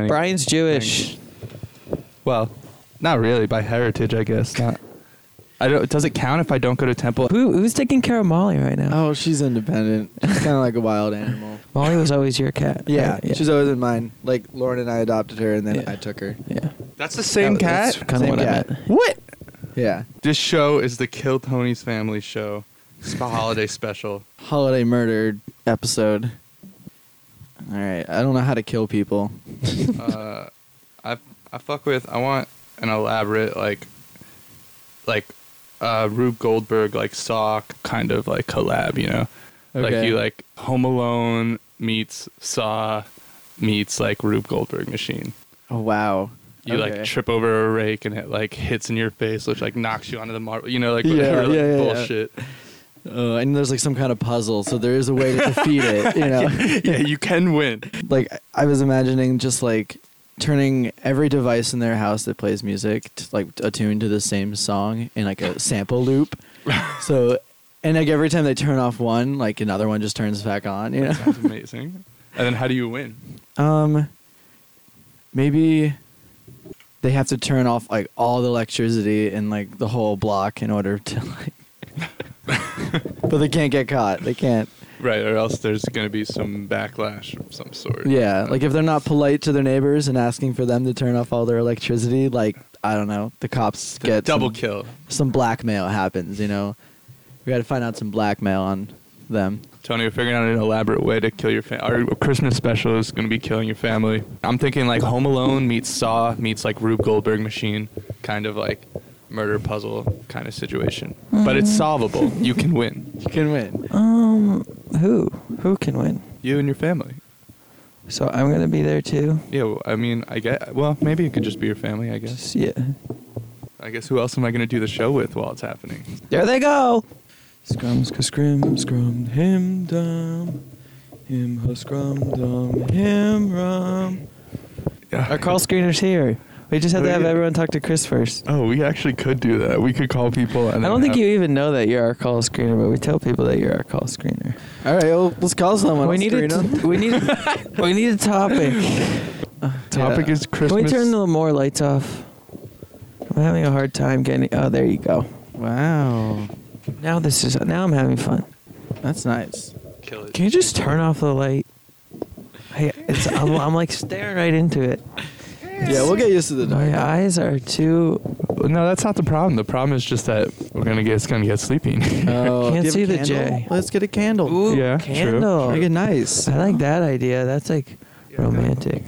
Any- Brian's Jewish. Well, not really by heritage, I guess. Not. I don't. Does it count if I don't go to temple? Who who's taking care of Molly right now? Oh, she's independent. She's kind of like a wild animal. Molly was always your cat. Yeah, right? Oh. yeah. she's always in mine. Like Lauren and I adopted her, and then Yeah. I took her. yeah. That's the same That's cat. kind of Same what cat. I meant. What? Yeah, This show is the Kill Tony's Family show. It's the holiday special. holiday murder episode. All right, I don't know how to kill people. Uh, I I fuck with. I want an elaborate like, like, uh, Rube Goldberg like Saw kind of like collab. You know, like Okay. you like Home Alone meets Saw meets like Rube Goldberg machine. Oh wow. You Okay. like trip over a rake and it like hits in your face, which like knocks you onto the marble. You know, like Yeah, whatever like, yeah, yeah, yeah. bullshit. Uh, and there's like some kind of puzzle, so there is a way to defeat it. You know, yeah, you can win. like I was imagining just like turning every device in their house that plays music to, like attuned to the same song in like a sample loop. so, and like every time they turn off one, like another one just turns back on. You know. That's amazing. And then how do you win? Um, maybe they have to turn off like all the electricity in like the whole block in order to like. but they can't get caught. They can't. Right, or else there's going to be some backlash of some sort. Yeah, like if they're not polite to their neighbors and asking for them to turn off all their electricity, like I don't know, the cops The get double some, kill. Some blackmail happens, you know. We got to find out some blackmail on them. Tony, we're figuring out an elaborate way to kill your family. Our Christmas special is going to be killing your family. I'm thinking like Home Alone meets Saw meets like Rube Goldberg Machine, kind of like murder puzzle kind of situation. But Mm. it's solvable. You can win. You can win. Um, who who can win? You and your family. So I'm gonna be there too. Yeah, well, I mean, I get. Well, maybe it could just be your family. I guess. Just, yeah. I guess who else am I going to do the show with while it's happening? There they go. Scrum, scrum, scrum, scrum, him dum, him ha scrum dum, him rum. Our call screener's here. We just have to We have get- everyone talk to Chris first. Oh, we actually could do that. We could call people. And I don't think you even know that you're our call screener, but we tell people that you're our call screener. All right, well, let's call someone. we Let's need screen a t- 'em. we need we need a topic. Topic Yeah. is Can Christmas. we turn the more lights off? I'm having a hard time getting. Oh, there you go. Wow, Now this is. Now I'm having fun. that's nice. Kill it. Can you just turn off the light? I, it's, I'm, I'm like staring right into it. Yeah, we'll get used to the dark. My eyes are too. No, that's not the problem. The problem is just that we're gonna get it's gonna get sleeping. Oh, Can't do you have a see the candle? J. Let's get a candle. Ooh, Yeah, true. candle. Make it nice. I like that idea. That's like romantic.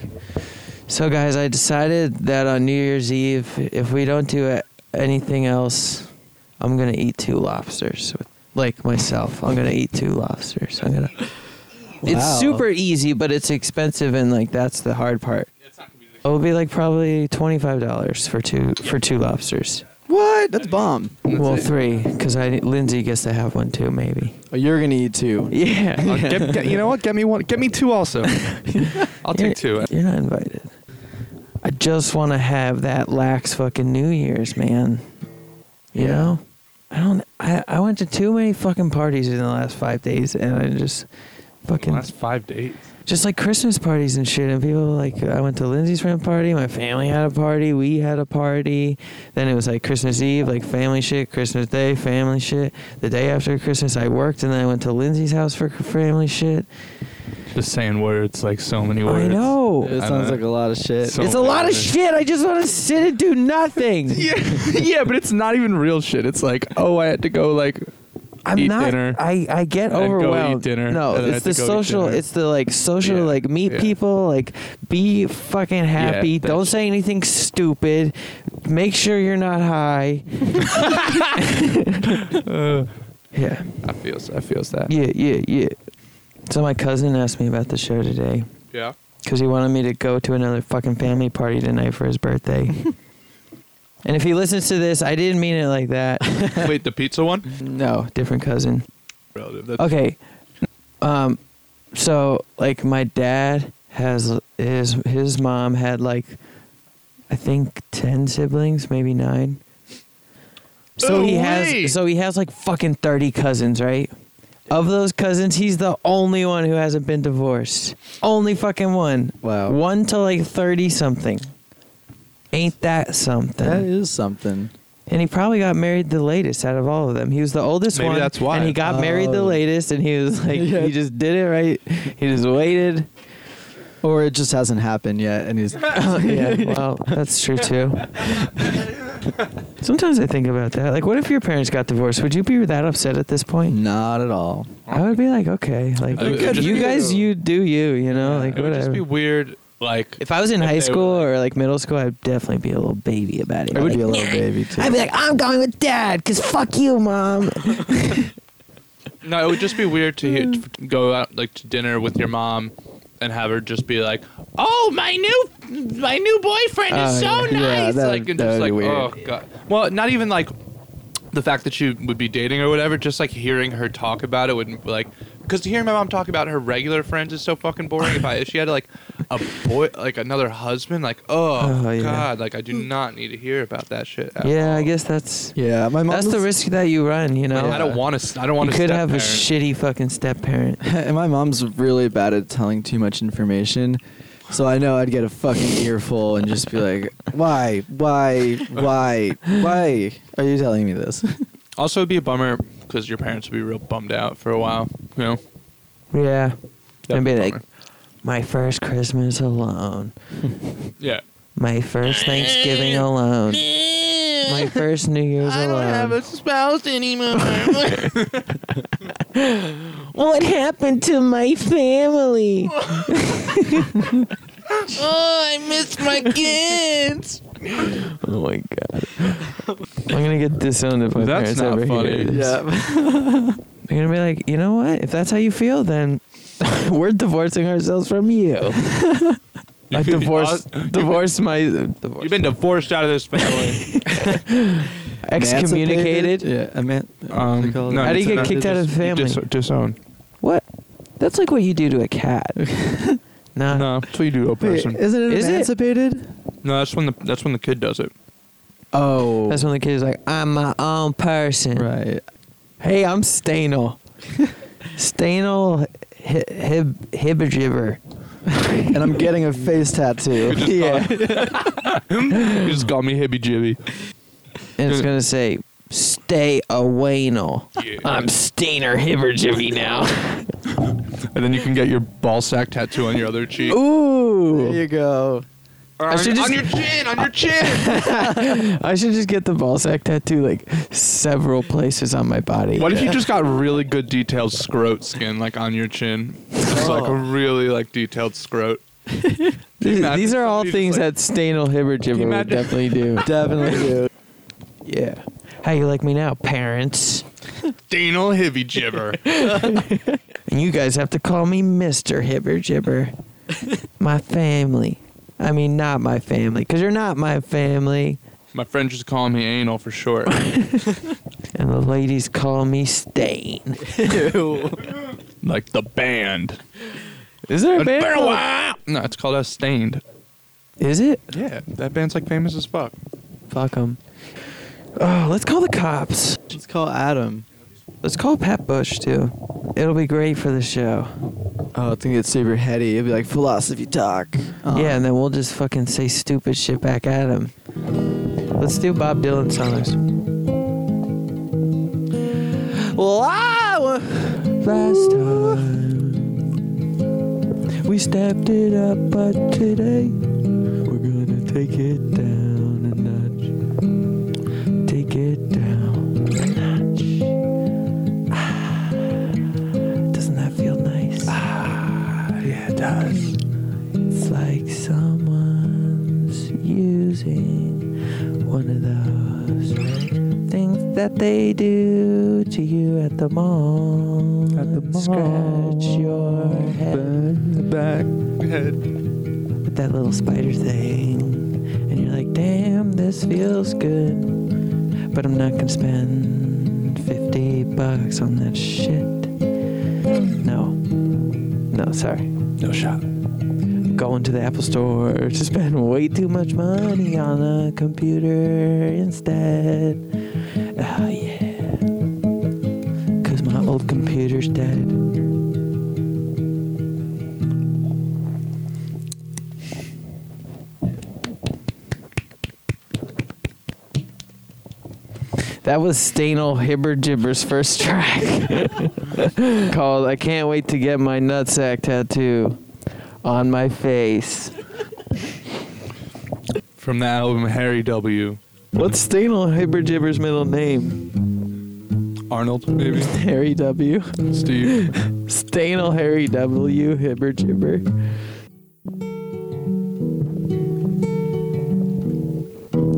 So, guys, I decided that on New Year's Eve, if we don't do a- anything else, I'm gonna eat two lobsters. Like myself, I'm gonna eat two lobsters. I'm gonna. Wow. It's super easy, but it's expensive, and like that's the hard part. It would be like probably twenty five dollars for two for two lobsters. What? That's bomb. well, three, because I Lindsay gets to have one too, maybe. Oh, you're gonna eat two. Yeah, I'll get- get- you know what? Get me one. Get me two also. I'll take two. You're- You're not invited. I just want to have that lax fucking New Year's, man. You know, I don't. I I went to too many fucking parties in the last five days, and I just fucking Last five days. just like Christmas parties and shit. And people were like, I went to Lindsay's friend party. My family had a party. We had a party. Then it was like Christmas Eve, like family shit. Christmas Day, family shit. The day after Christmas, I worked, and then I went to Lindsay's house for family shit. Just saying words like so many words. I know. It I sounds know. like a lot of shit. So- It's a lot of shit. I just want to sit and do nothing. Yeah, yeah, but it's not even real shit. It's like, oh, I had to go like I'm eat not. dinner. I I get and go eat overwhelmed. dinner, No, and then I it's have the to go eat social. dinner. It's the like social. Yeah, Like meet yeah. people. Like be fucking happy. Yeah, Don't that's- say anything stupid. Make sure you're not high. yeah, I feels. I feels that. yeah, yeah, yeah. So my cousin asked me about the show today Yeah. because he wanted me to go to another fucking family party tonight for his birthday. and if he listens to this, I didn't mean it like that. Wait, the pizza one. no, Oh, different cousin. Relative. That's Okay. Um so like my dad has his his mom had like I think 10 siblings, maybe 9. So No he way! has so he has like fucking 30 cousins, right? Of those cousins, he's the only one who hasn't been divorced. Only fucking one. Wow. One to like 30 something. Ain't that something? That is something. and he probably got married the latest out of all of them. He was the oldest Maybe one. that's why. And he got married the Oh. latest, and he was like, Yeah. he just did it right. He just waited. Or it just hasn't happened yet, and he's yeah, well, that's true too. Sometimes I think about that. Like, what if your parents got divorced? Would you be that upset at this point? not at all. I would be like, okay, like I would you, just be- guys, you do you, you know, like it would just whatever. be weird, like if I was in high they school were or like middle school, I'd definitely be a little baby about it. I would Like, be a little baby too. I'd be like, I'm going with dad, cause fuck you, mom. No, it would just be weird to, hear, to go out like to dinner with your mom and have her just be like, "Oh, my new my new boyfriend Oh, is so yeah. Yeah, nice." that- like and that just would like, be "Oh god." Well, not even like the fact that you would be dating or whatever, just like hearing her talk about it would like because hearing my mom talk about her regular friends is so fucking boring. If I if she had like a boy like another husband, like oh, Oh, yeah. god, like I do not need to hear about that shit. at yeah, all. I guess that's Yeah, my mom. that's the was- risk that you run, you know. I don't want to. I don't Oh, You want to. could have a shitty fucking step parent. And my mom's really bad at telling too much information. So I know I'd get a fucking earful and just be like, "Why? Why? Why? Why are you telling me this?" Also, it'd be a bummer because your parents would be real bummed out for a while. You know, Yeah. That'd and be be a like, bummer. my first Christmas alone. yeah. My first Thanksgiving alone. My first New Year's alone. spouse anymore. Oh, what happened to my family? oh, I miss my kids. Oh my god. I'm gonna get disowned if my That's parents not ever funny. hear this. They're gonna be like, you know what? If that's how you feel, then we're divorcing ourselves from you. I divorced, divorced my, You've divorced, been divorced out of this family. excommunicated. Yeah, I meant. um, called? no, How do you it's get not- kicked you out of dis- the you dis- family? disowned. What? That's like what you do to a cat. nah. No, that's what you do to a Wait, person. isn't it Uh. Is it? emancipated? no, that's when the that's when the kid does it. Oh, That's when the kid is like, I'm my own person. right. Hey, I'm Stainel. Stainel Hi- Hib- Hibberjibber. And I'm getting a face tattoo. Yeah. and You just call me hibby jibby. it's going to say, Stay away, no. Yeah. I'm Stainer Hibberjibby now. And then you can get your ball sack tattoo on your other cheek. There Ooh. you go. Or on, I should just- on your chin, on your chin. I should just get the ball sack tattoo like several places on my body. what if you just got really good detailed scrot skin, like on your chin? Just like a really like detailed scrot. These, Imagine these are all somebody things just like- that Stainel Hibberjibber would Imagine- definitely do. Definitely do. yeah. How you like me now, parents? Daniel Hibby Jibber. And you guys have to call me Mr. Hibber Jibber. my family. I mean, not my family, because you're not my family. My friends just call me anal for short. And the ladies call me Stain. like the band. Is there a band? called- No, it's called Us Stained. Is it? Yeah, that band's like famous as fuck. Fuck them. Oh, let's call the cops. Let's call Adam. Let's call Pat Bush, too. It'll be great for the show. Oh, it's gonna get super heady. It'll be like philosophy talk. Um, Yeah, and then we'll just fucking say stupid shit back at him. Let's do Bob Dylan songs. Well, I wa- last time we stepped it up, but today we're gonna take it down a notch. Take it down a notch. Ah, doesn't that feel nice? Yeah, it does. It's like someone's using one of those things that they do to you at the mall. Scratch your head Back with that little spider thing. And you're like, damn, this feels good. But I'm not gonna spend 50 bucks on that shit. No. No, sorry No shot. going to the Apple store to spend way too much money on a computer instead. Oh, yeah. Ah, Cause my old computer's dead. That was Stainel Hibber Gibber's first track called I Can't Wait to Get My Nutsack Tattoo on My Face. From the album Harry W. What's Stainel Hibber Gibber's middle name? Arnold, maybe? Harry W. Steve. Stainel Harry W. Hibber Gibber.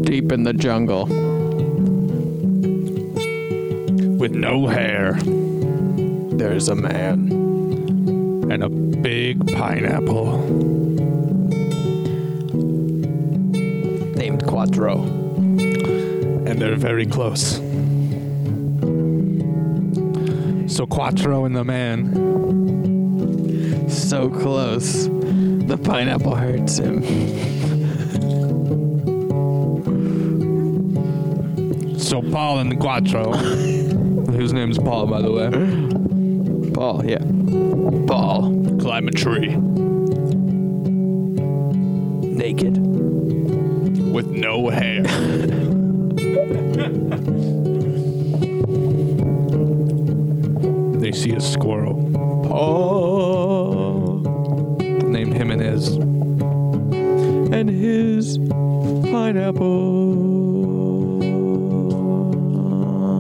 Deep in the jungle. With no hair There's a man. and a big pineapple. Named Quattro. And they're very close. So Quattro and the man. So close. The pineapple hurts him. So Paul and Quattro. Whose name's Paul, by the way. Paul, yeah. Paul. Climb a tree Naked. with no hair. they see a squirrel. Paul. named Jimenez. And his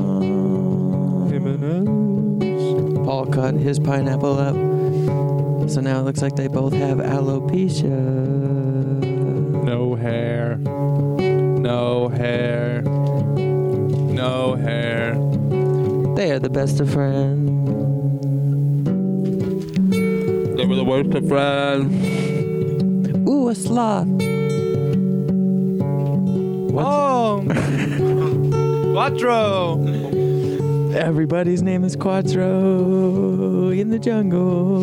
pineapple. Jimenez. Paul cut his pineapple up. So now it looks like they both have alopecia. No hair. No hair. No hair. They are the best of friends. They were the worst of friends. Ooh, a sloth. Oh! Quattro! Everybody's name is Quattro in the jungle.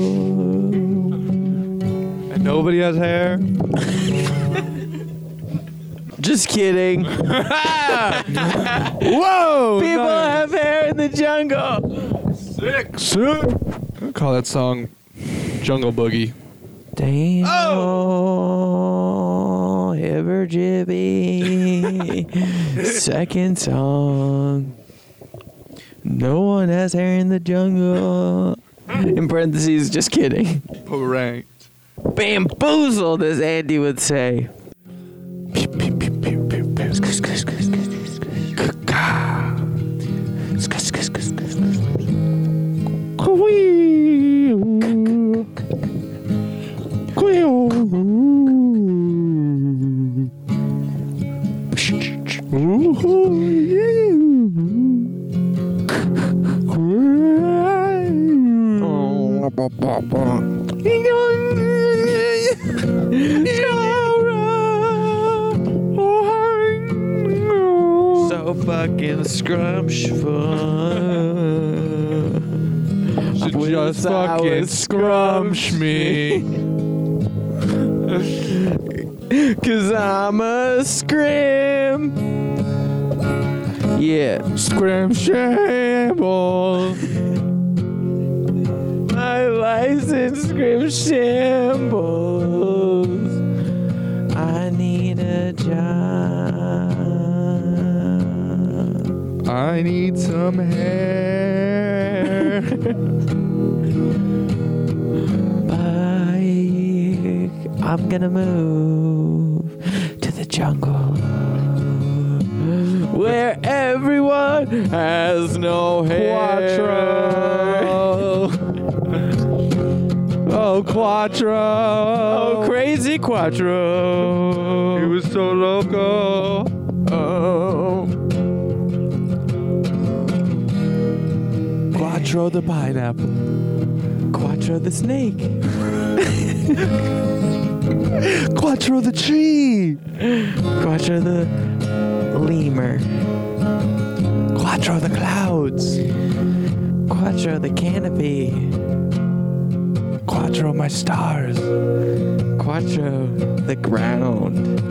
And nobody has hair. Just kidding. Whoa! People have hair in the jungle. sick, sick. I call that song Jungle Boogie. Damn. Oh. Ever Jibby. Second song. No one has hair in the jungle. In parentheses, just kidding. Ranked. Bamboozled, as Andy would say. Oh, So fucking scrumptious. So wish just I fucking was scrumsh me. Cause I'm a scrim. Yeah. Scrim shambles. My license scrim shambles. I need a job. I need some hair. Bye. I'm gonna move to the jungle. Where everyone has no hair. oh, Quattro. Oh, crazy Quattro. He was so loco. Oh. Quattro the pineapple. Quattro the snake. Quattro the tree. Quattro the lemur. Quattro the clouds. Quattro the canopy. Quattro my stars. Quattro the ground.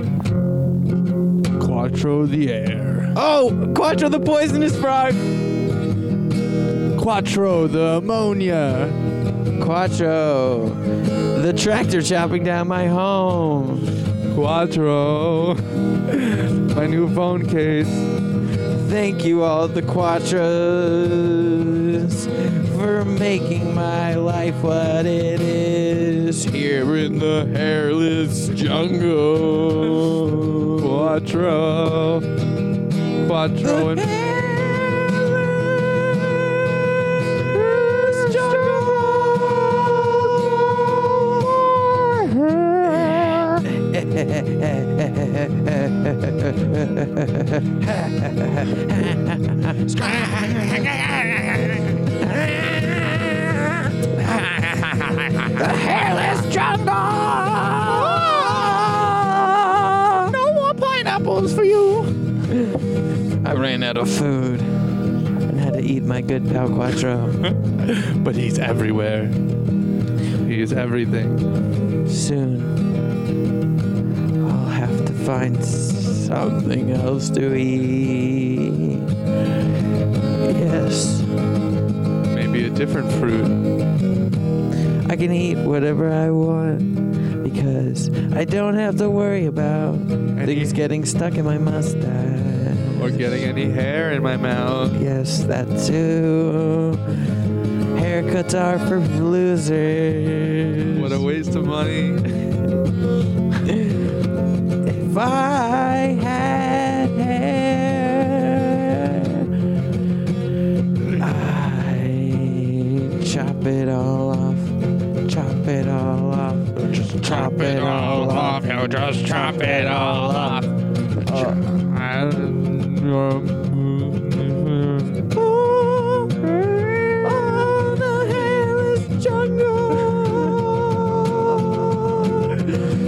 Quattro the air. Oh, Quattro the poisonous frog. Quattro, the ammonia. Quattro, the tractor chopping down my home. Quattro. My new phone case. Thank you, all the Quattros, for making my life what it is. Here in the hairless jungle. Quattro. The Quattro and hairless jungle. the hairless jungle. No more pineapples for you. I ran out of food and had to eat my good pal Quattro. But he's everywhere. He is everything. Soon, I'll have to find something else to eat. Yes, Maybe a different fruit. I can eat whatever I want because I don't have to worry about things getting stuck in my mustache. Or getting any hair in my mouth. Yes, that too. Haircuts are for losers. What a waste of money. If I had hair, I'd chop it all off. Chop it all off. Just chop it all off. You just chop it all off. Oh, oh, the hairless jungle.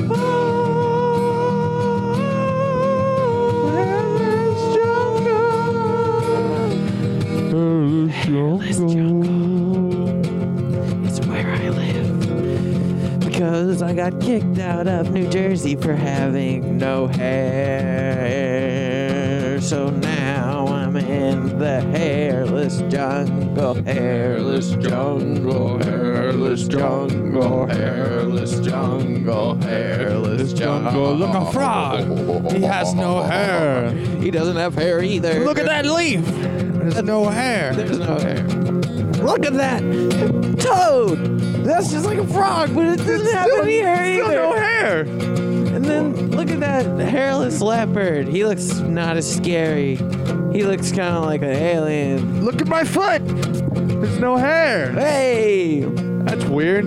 Oh, hairless jungle. Hairless jungle. It's where I live. Because I got kicked out of New Jersey for having no hair. So now I'm in the hairless jungle, hairless jungle, hairless jungle, hairless jungle, hairless jungle. Look, a frog. He has no hair. He doesn't have hair either. Look at that leaf. There's no hair. There's no hair. Look at that toad. That's just like a frog, but it doesn't have any hair Still either. no hair. And then look at that hairless leopard. He looks not as scary. He looks kind of like an alien. Look at my foot. There's no hair. Hey. That's weird.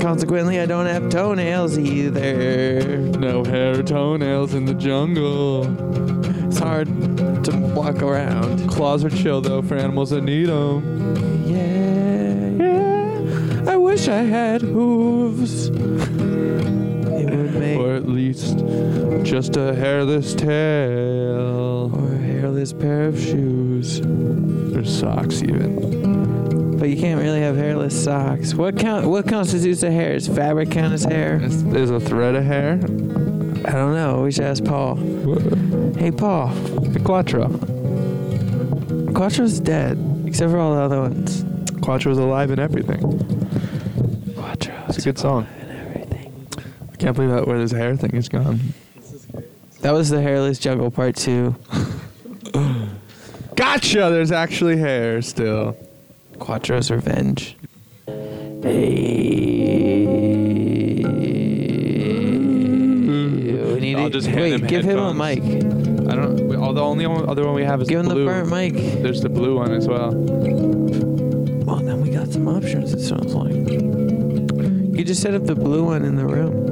Consequently, I don't have toenails either. No hair toenails in the jungle. It's hard to walk around. Claws are chill though for animals that need them. Yeah, yeah. I wish I had hooves. It would make Or at least just a hairless tail. or a hairless pair of shoes. Or socks even. But you can't really have hairless socks. What count? What constitutes a hair? Is fabric count as hair? There's, there's a thread of hair. I don't know. We should ask Paul. Hey, Paul. Quattro. Quattro's dead, except for all the other ones. Quattro's alive and everything. It's a Quattro's good song. and everything. I can't believe that where this hair thing is gone. That was the hairless jungle part two. Gotcha! There's actually hair still. Quattro's revenge. Hey. We need I'll to- just hand wait, him give headphones. him a mic. I don't. we- All the only one, other one we have is Give him the blue. burnt mic. There's the blue one as well. Well, then we got some options, it sounds like. You just set up the blue one in the room.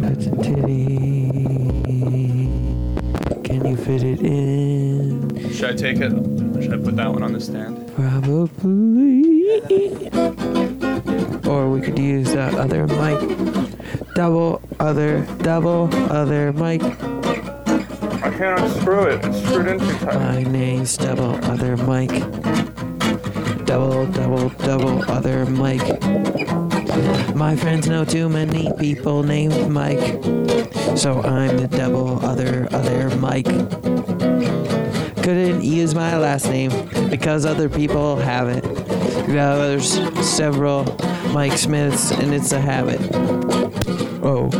That's a titty. Can you fit it in? Should I take it? Should I put that one on the stand? Probably. Or we could use that other mic. Double other, double other mic. I can't unscrew it. It's screwed in too tight. My name's double other mic. Double, double, double other mic. My friends know too many people named Mike. So I'm the double other other mic. couldn't use my last name because other people have it. You know, there's several Mike Smiths, and it's a habit. Oh,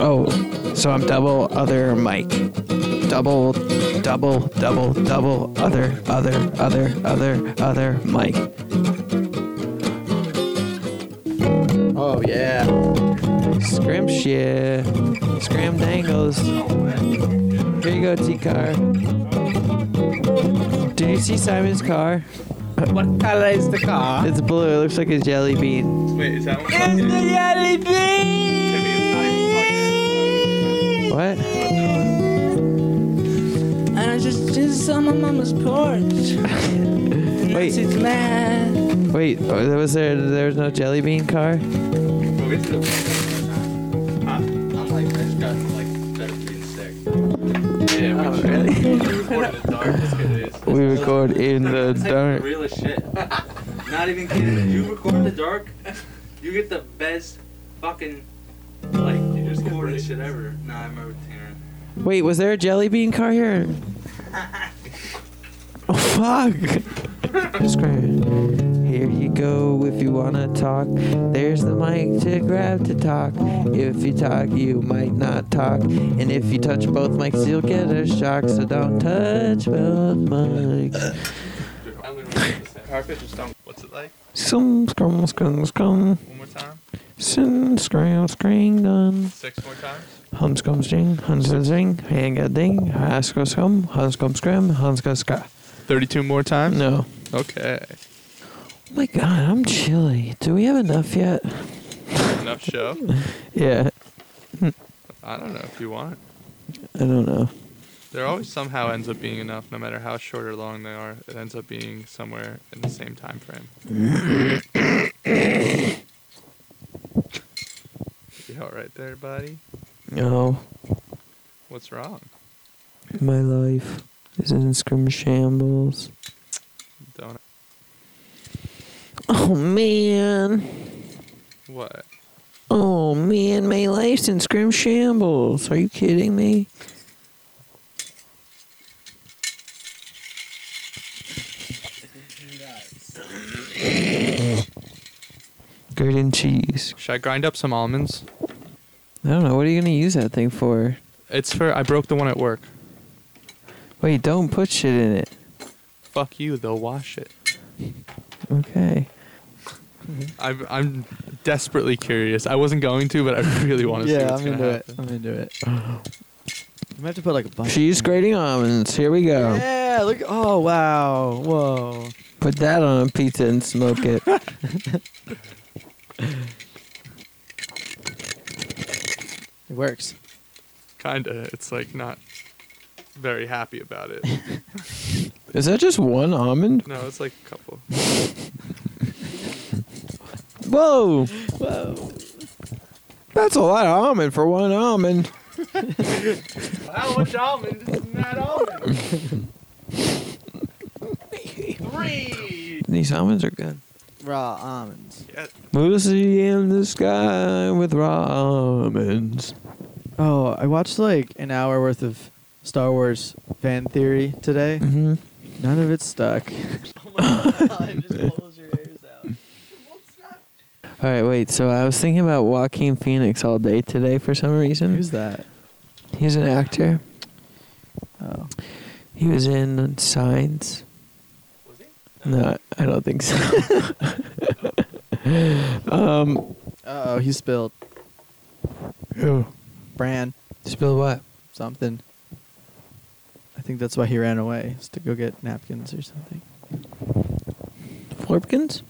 oh, so I'm double other Mike. Double, double, double, double other, other, other, other, other Mike. Oh yeah. Scrimshire. Scram dangles. Here you go, T car. Did you see Simon's car? What color is the car? It's blue. It looks like a jelly bean. Wait, is that one? jelly bean! What? And I just did this on my mama's porch. Wait. It's mad. Wait, oh, there was there there was no jelly bean car? I'm like, I just got like 13 sick. Yeah, Oh, really? we recorded in the dark. That's good it is. We record in the dark. real as shit. Not even kidding. You record in the dark, you get the best fucking like recorded shit ever. Nah, I remember Tanner. Wait, was there a jelly bean car here? oh, fuck. Just crying. Here you go if you wanna talk. There's the mic to grab to talk. If you talk, you might not talk. And if you touch both mics, you'll get a shock. So don't touch both mics. I'm gonna read this. Carpet just don't. What's it like? Some scrum scrum scrum. One more time. Sin scram scring done. Six more times. Hans kom string, Hans kom string, Hanga ding, Hans kom scrum, Hans kom scram, Hans kom ska. 32 more times? No. Okay. my god, I'm chilly. Do we have enough yet? Enough show. Yeah, I don't know if you want. I don't know. There always somehow ends up being enough, no matter how short or long they are. It ends up being somewhere in the same time frame. you all right there, buddy? No, What's wrong? my life is in scrim shambles. Don't. Oh man. What? Oh man, my life's in scrim shambles. Are you kidding me? Grilled and cheese. Should I grind up some almonds? I don't know. What are you gonna use that thing for? It's for. I broke the one at work. Wait, don't put shit in it. Fuck you. They'll wash it. Okay. I'm. I'm desperately curious. I wasn't going to, but I really want to see Yeah, what's I'm gonna into it. happen. I'm into it. I'm gonna have to put like a bunch. Cheese grating almonds. Here we go. Yeah. Look. Oh wow. Whoa. Put that on a pizza and smoke it. It works. Kinda. It's like not very happy about it. Is that just one almond? No, it's like a couple. Whoa! Whoa! That's a lot of almond for one almond. How much almond is in that almond? Three. These almonds are good. Raw almonds. Yeah, Lucy in the sky with raw almonds. Oh, I watched like an hour worth of Star Wars fan theory today. Mm-hmm. None of it stuck. All right, wait. So I was thinking about Joaquin Phoenix all day today for some reason. Who's that? He's an actor. Oh. He was in Signs. was he? No, I don't think so. um, Uh oh, he spilled. who? Bran. Spill what? Something. I think that's why he ran away, is to go get napkins or something. Florpkins?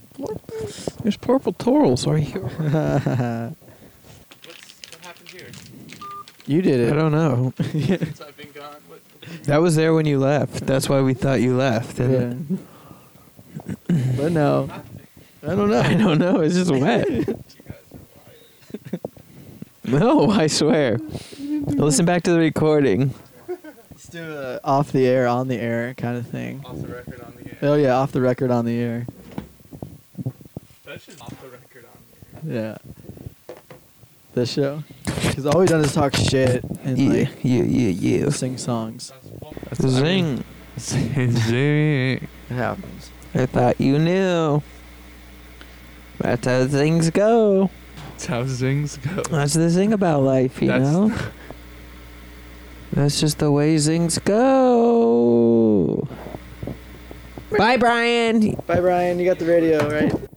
There's purple torals right here. What's what happened here? you did it. I don't know. Since I've been gone, what? That was there when you left. That's why we thought you left. Yeah. didn't but no. I don't it? I know. don't know. It's just wet. no, I swear. Listen back to the recording. Let's do a off the air, on the air kind of thing. Off the record on the air. Oh yeah, off the record, on the air. That should off the record on the air. Yeah. This show. Because all we've done is talk shit and Yeah, like yeah, yeah, yeah. sing songs. That's one- Zing. Zing. It happens. I thought you knew. That's how things go. That's how zings go. That's the thing about life, you That's- know? That's just the way things go. Bye, Brian. Bye, Brian. You got the radio, right?